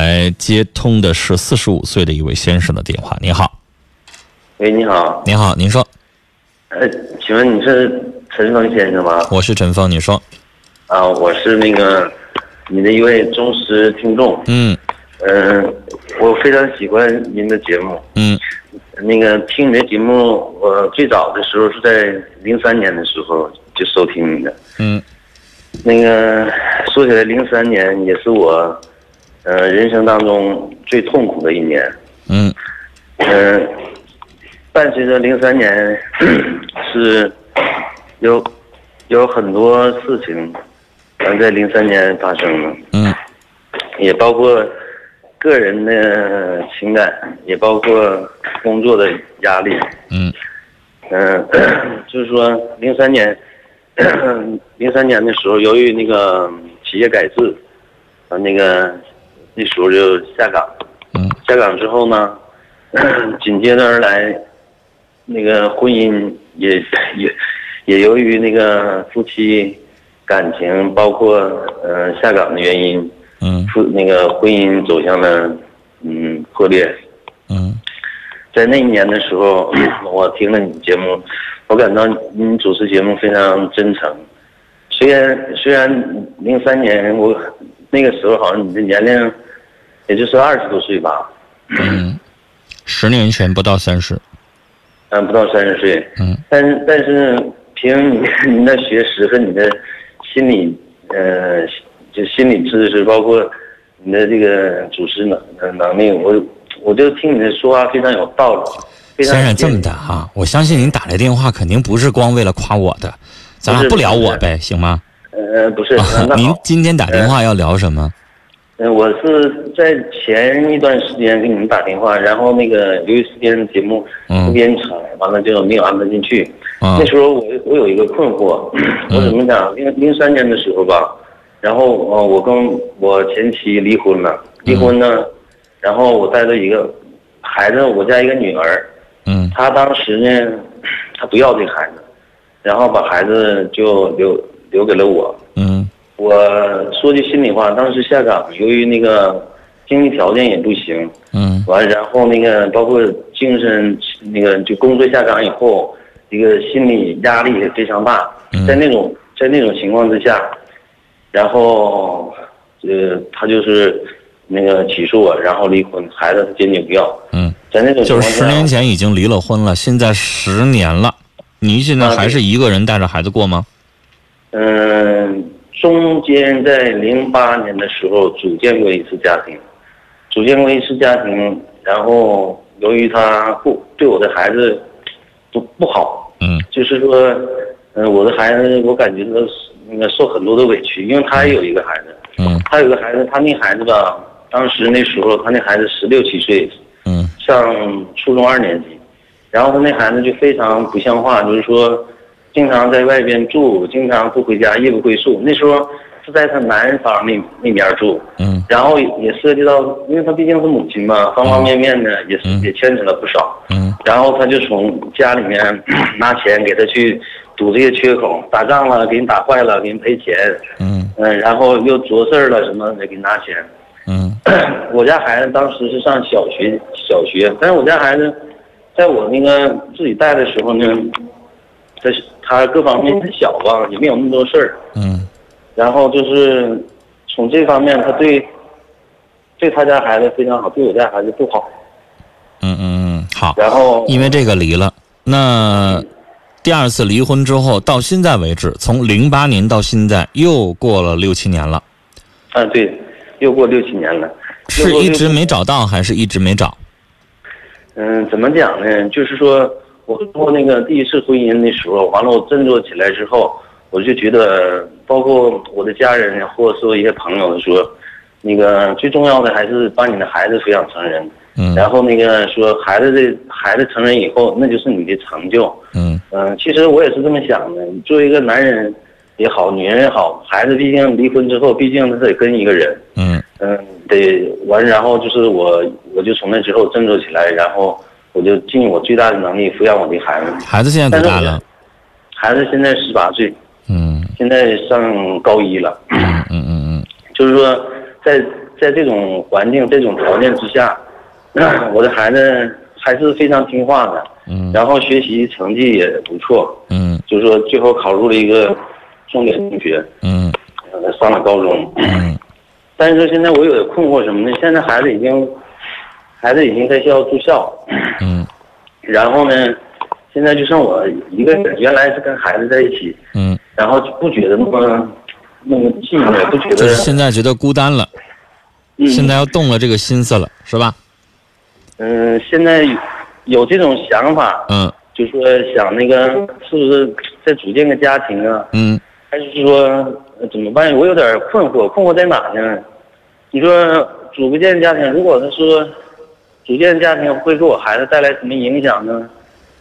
来接通的是四十五岁的一位先生的电话。您好，喂，哎你好，您好，您说，呃，请问你是陈峰先生吗？我是陈峰，您说，啊，我是那个你的一位忠实听众，嗯嗯、我非常喜欢您的节目。嗯那个听你的节目，我最早的时候是在零三年的时候就收听你的。嗯那个说起来，零三年也是我，呃，人生当中最痛苦的一年。嗯嗯，伴随着零三年 是有有很多事情，嗯，在零三年发生的，嗯也包括个人的情感，也包括工作的压力。嗯嗯、 就是说零三年， 零三年的时候，由于那个企业改制，啊，那个那时候就下岗。嗯下岗之后呢， 紧接着而来，那个婚姻也也也由于那个夫妻感情，包括呃下岗的原因，嗯夫那个婚姻走向了嗯破裂。嗯在那一年的时候， 我听了你节目，我感到你主持节目非常真诚。虽然虽然零三年我那个时候好像你的年龄也就是二十多岁吧，嗯，十年前不到三十，嗯，不到三十岁。嗯但是但是凭你您的学识和你的心理呃就心理知识，包括你的这个主持能呃能力，我我就听你的说话非常有道理。非常先生有这么见的解啊，我相信您打来电话肯定不是光为了夸我的，咱俩不是不聊不是我呗，行吗？呃不是，啊那 您好，今天打电话要聊什么？呃我是在前一段时间给你们打电话，然后那个由于时间节目嗯时间长，完了就没有安排进去。啊呃那时候我我有一个困惑，我怎么讲？零零三年的时候吧，然后呃，我跟我前妻离婚了，离婚呢，然后我带着一个孩子，我家一个女儿，嗯她当时呢，她不要这个孩子，然后把孩子就留留给了我。嗯我说句心里话，当时下岗，由于那个经济条件也不行，嗯完，然后那个包括精神那个就工作下岗以后，这个心理压力也非常大嗯。在那种在那种情况之下，然后呃，他就是那个起诉我，然后离婚，孩子他坚决不要。嗯，在那种情就况是下，十年前已经离了婚了，现在十年了，您啊现在还是一个人带着孩子过吗？嗯、中间在零八年的时候组建过一次家庭，组建过一次家庭，然后由于他不对我的孩子不不好，嗯就是说，嗯、我的孩子，我感觉到那个受很多的委屈，因为他也有一个孩子，嗯他有个孩子，他那孩子吧，当时那时候他那孩子十六七岁，嗯上初中二年级，然后他那孩子就非常不像话，就是说，经常在外边住，经常不回家，夜不归宿。那时候是在他南方那那边住，嗯然后也涉及到，因为他毕竟是母亲嘛，方方面面的也是嗯也牵扯了不少。嗯然后他就从家里面 拿钱给他去堵这些缺口，打仗了给你打坏了给你赔钱，嗯嗯，然后又做事儿了什么的给你拿钱。 嗯我家孩子当时是上小学，小学，但是我家孩子，在我那个自己带的时候呢，他是他各方面很小吧，也没有那么多事儿。嗯然后就是从这方面，他对对他家孩子非常好，对我家孩子不好。嗯嗯，好，然后因为这个离了，那第二次离婚之后到现在为止，从零八年到现在又过了六七年了，啊，对，又过六七年了，又是过一六直没找到还是一直没找？嗯，怎么讲呢？就是说我通过那个第一次婚姻的时候，完了我振作起来之后，我就觉得，包括我的家人或者说一些朋友说，那个最重要的还是把你的孩子培养成人，嗯然后那个说孩子的孩子成人以后，那就是你的成就。嗯嗯，其实我也是这么想的。作为一个男人也好，女人也好，孩子毕竟离婚之后，毕竟他得跟一个人。嗯嗯，对，完，然后就是我，我就从那之后振作起来，然后我就尽我最大的能力抚养我的孩子。孩子现在多大了？孩子现在十八岁，嗯现在上高一了， 嗯嗯嗯就是说在在这种环境、这种条件之下， 我的孩子还是非常听话的，嗯然后学习成绩也不错，嗯就是说最后考入了一个重点中学，嗯呃上了高中。嗯但是说现在我有点困惑什么呢？现在孩子已经，孩子已经在学校住校，嗯然后呢，现在就剩我一个人。原来是跟孩子在一起，嗯，然后就不觉得那么那么寂寞，不觉得就是现在觉得孤单了，嗯现在要动了这个心思了，是吧？嗯、现在有这种想法，嗯就说想那个是不是再组建个家庭啊？嗯还是说呃怎么办？我有点困惑，困惑在哪呢？你说组不建家庭，如果是说组建家庭会给我孩子带来什么影响呢？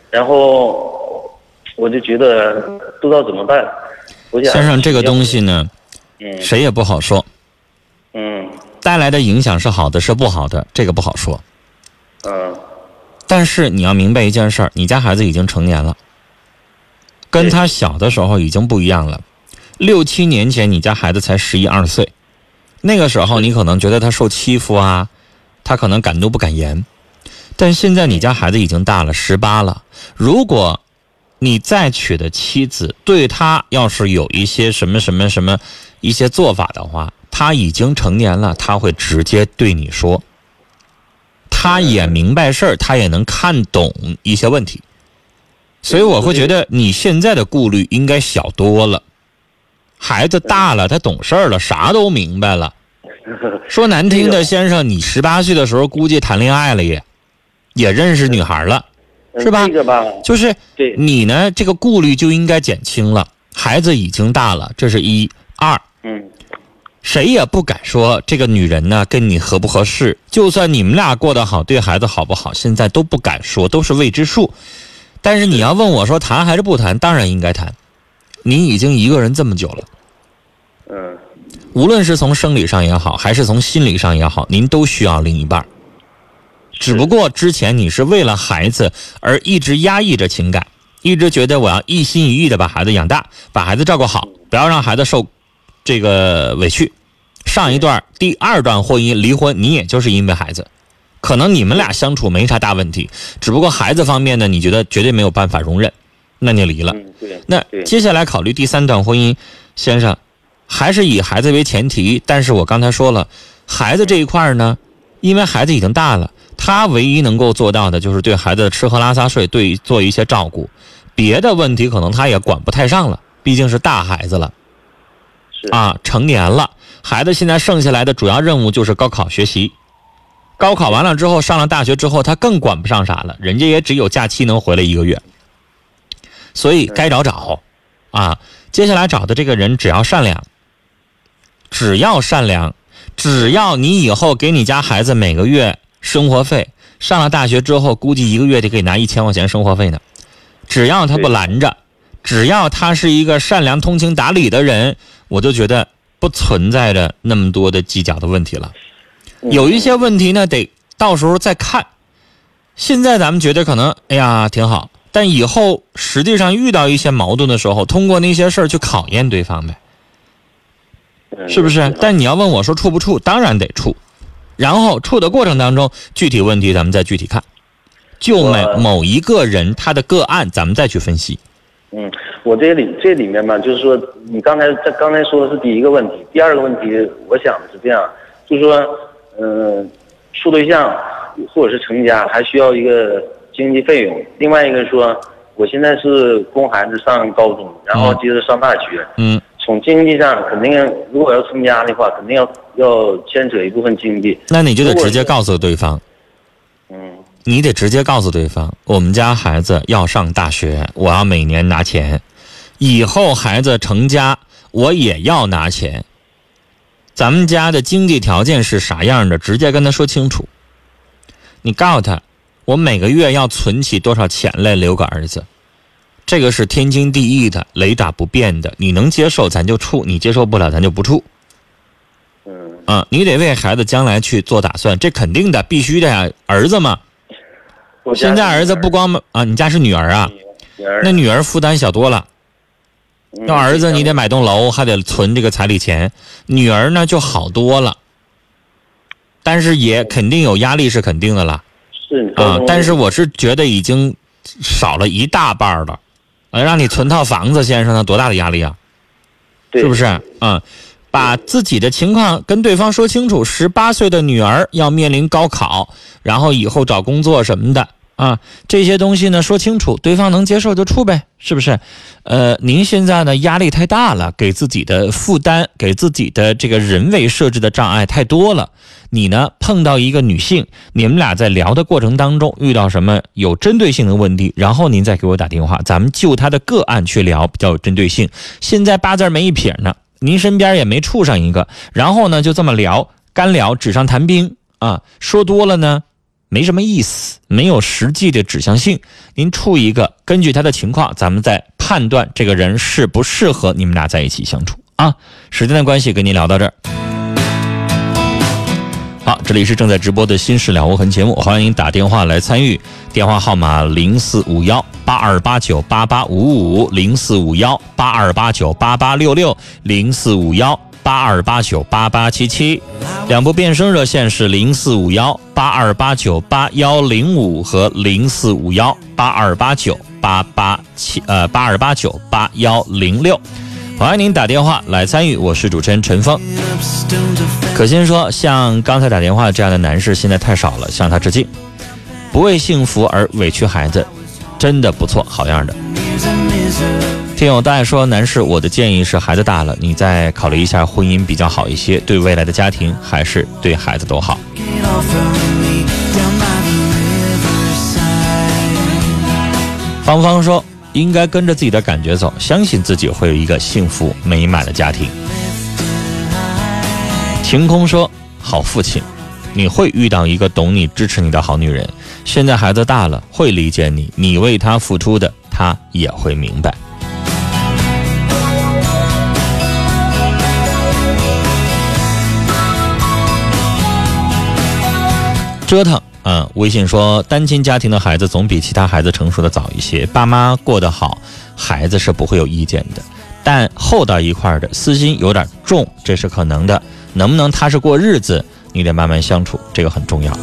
然后我就觉得不知道怎么办。我想先生，这个东，西呢，嗯谁也不好说，嗯带来的影响是好的，是不好的，这个不好说。嗯但是你要明白一件事儿，你家孩子已经成年了，跟他小的时候已经不一样了。六七年前，你家孩子才十一二岁，那个时候你可能觉得他受欺负啊，他可能敢怒不敢言。但现在你家孩子已经大了，十八了。如果你再娶的妻子对他要是有一些什么什么什么一些做法的话，他已经成年了，他会直接对你说。他也明白事儿，他也能看懂一些问题，所以我会觉得你现在的顾虑应该小多了。孩子大了，他懂事儿了，啥都明白了。说难听的，先生，你十八岁的时候估计谈恋爱了也，也认识女孩了，嗯，是吧这个吧，就是对，你呢，这个顾虑就应该减轻了。孩子已经大了，这是一二，嗯谁也不敢说这个女人呢跟你合不合适。就算你们俩过得好，对孩子好不好，现在都不敢说，都是未知数。但是你要问我说谈还是不谈，当然应该谈。你已经一个人这么久了，嗯无论是从生理上也好，还是从心理上也好，您都需要另一半儿。只不过之前你是为了孩子而一直压抑着情感，一直觉得我要一心一意的把孩子养大，把孩子照顾好，不要让孩子受这个委屈。上一段第二段婚姻离婚，你也就是因为孩子，可能你们俩相处没啥大问题，只不过孩子方面呢，你觉得绝对没有办法容忍，那你离了。嗯，对，那对接下来考虑第三段婚姻，先生，还是以孩子为前提。但是我刚才说了，孩子这一块儿呢，因为孩子已经大了，他唯一能够做到的就是对孩子的吃喝拉撒睡对做一些照顾，别的问题可能他也管不太上了，毕竟是大孩子了是，啊，成年了。孩子现在剩下来的主要任务就是高考学习。高考完了之后，上了大学之后，他更管不上啥了，人家也只有假期能回来一个月，所以该找找，啊，接下来找的这个人只要善良，只要善良，只要你以后给你家孩子每个月生活费，上了大学之后，估计一个月得给拿一千块钱生活费呢，只要他不对拦着，只要他是一个善良、通情达理的人，我就觉得不存在着那么多的计较的问题了。嗯有一些问题呢，得到时候再看。现在咱们觉得可能，哎呀，挺好，但以后实际上遇到一些矛盾的时候，通过那些事儿去考验对方呗，嗯是不是？但你要问我说处不处，当然得处，然后处的过程当中，具体问题咱们再具体看，就我每某一个人他的个案，咱们再去分析。嗯，我这里这里面吧，就是说，你刚才在刚才说的是第一个问题，第二个问题，我想的是这样，就是说，呃，处对象或者是成家，还需要一个经济费用。另外一个说，我现在是供孩子上高中，然后接着上大学，嗯从经济上肯定，如果要成家的话，肯定要要牵扯一部分经济。那你就得如果直接是告诉对方，嗯你得直接告诉对方，我们家孩子要上大学，我要每年拿钱，以后孩子成家，我也要拿钱。咱们家的经济条件是啥样的，直接跟他说清楚。你告诉他，我每个月要存起多少钱来留给儿子，这个是天经地义的，雷打不变的。你能接受咱就处，你接受不了咱就不处。嗯啊，你得为孩子将来去做打算，这肯定的，必须的呀，儿子嘛。，我家现在儿子不光啊，你家是女儿嗯啊，女儿那女儿负担小多了。嗯要儿子你得买栋楼，还得存这个彩礼钱，女儿呢就好多了。但是也肯定有压力是肯定的了是你啊。但是我是觉得已经少了一大半儿了，呃，让你存套房子，先生，那多大的压力啊？对是不是？啊，把自己的情况跟对方说清楚。十八岁的女儿要面临高考，然后以后找工作什么的啊，这些东西呢说清楚，对方能接受就处呗，是不是？呃，您现在呢压力太大了，给自己的负担，给自己的这个人为设置的障碍太多了。你呢碰到一个女性，你们俩在聊的过程当中遇到什么有针对性的问题，然后您再给我打电话，咱们就她的个案去聊，比较有针对性。现在八字儿没一撇呢，您身边也没处上一个，然后呢就这么聊，干聊纸上谈兵啊，说多了呢没什么意思，没有实际的指向性。您处一个，根据他的情况，咱们再判断这个人适不适合你们俩在一起相处啊。时间的关系，跟您聊到这儿。好，这里是正在直播的《新事了无痕》节目，欢迎您打电话来参与，电话号码零四五幺八二八九八八五五，零四五幺八二八九八八六六，零四五幺八二八九八八七七。两部变声热线是零四五幺八二八九八幺零五和零四五幺八二八九八八七呃八二八九八幺零六，欢迎您打电话来参与，我是主持人陈峰。可心说，像刚才打电话这样的男士现在太少了，向他致敬。不为幸福而委屈孩子，真的不错，好样的。听友大爱说，男士，我的建议是，孩子大了，你再考虑一下婚姻比较好一些，对未来的家庭还是对孩子都好。 Get off from me down by the riverside. 芳芳说，应该跟着自己的感觉走，相信自己会有一个幸福美满的家庭。晴空说，好父亲，你会遇到一个懂你、支持你的好女人。现在孩子大了，会理解你，你为他付出的，他也会明白。折腾。嗯，微信说，单亲家庭的孩子总比其他孩子成熟的早一些，爸妈过得好，孩子是不会有意见的。但厚到一块儿的，私心有点重，这是可能的。能不能踏实过日子，你得慢慢相处，这个很重要。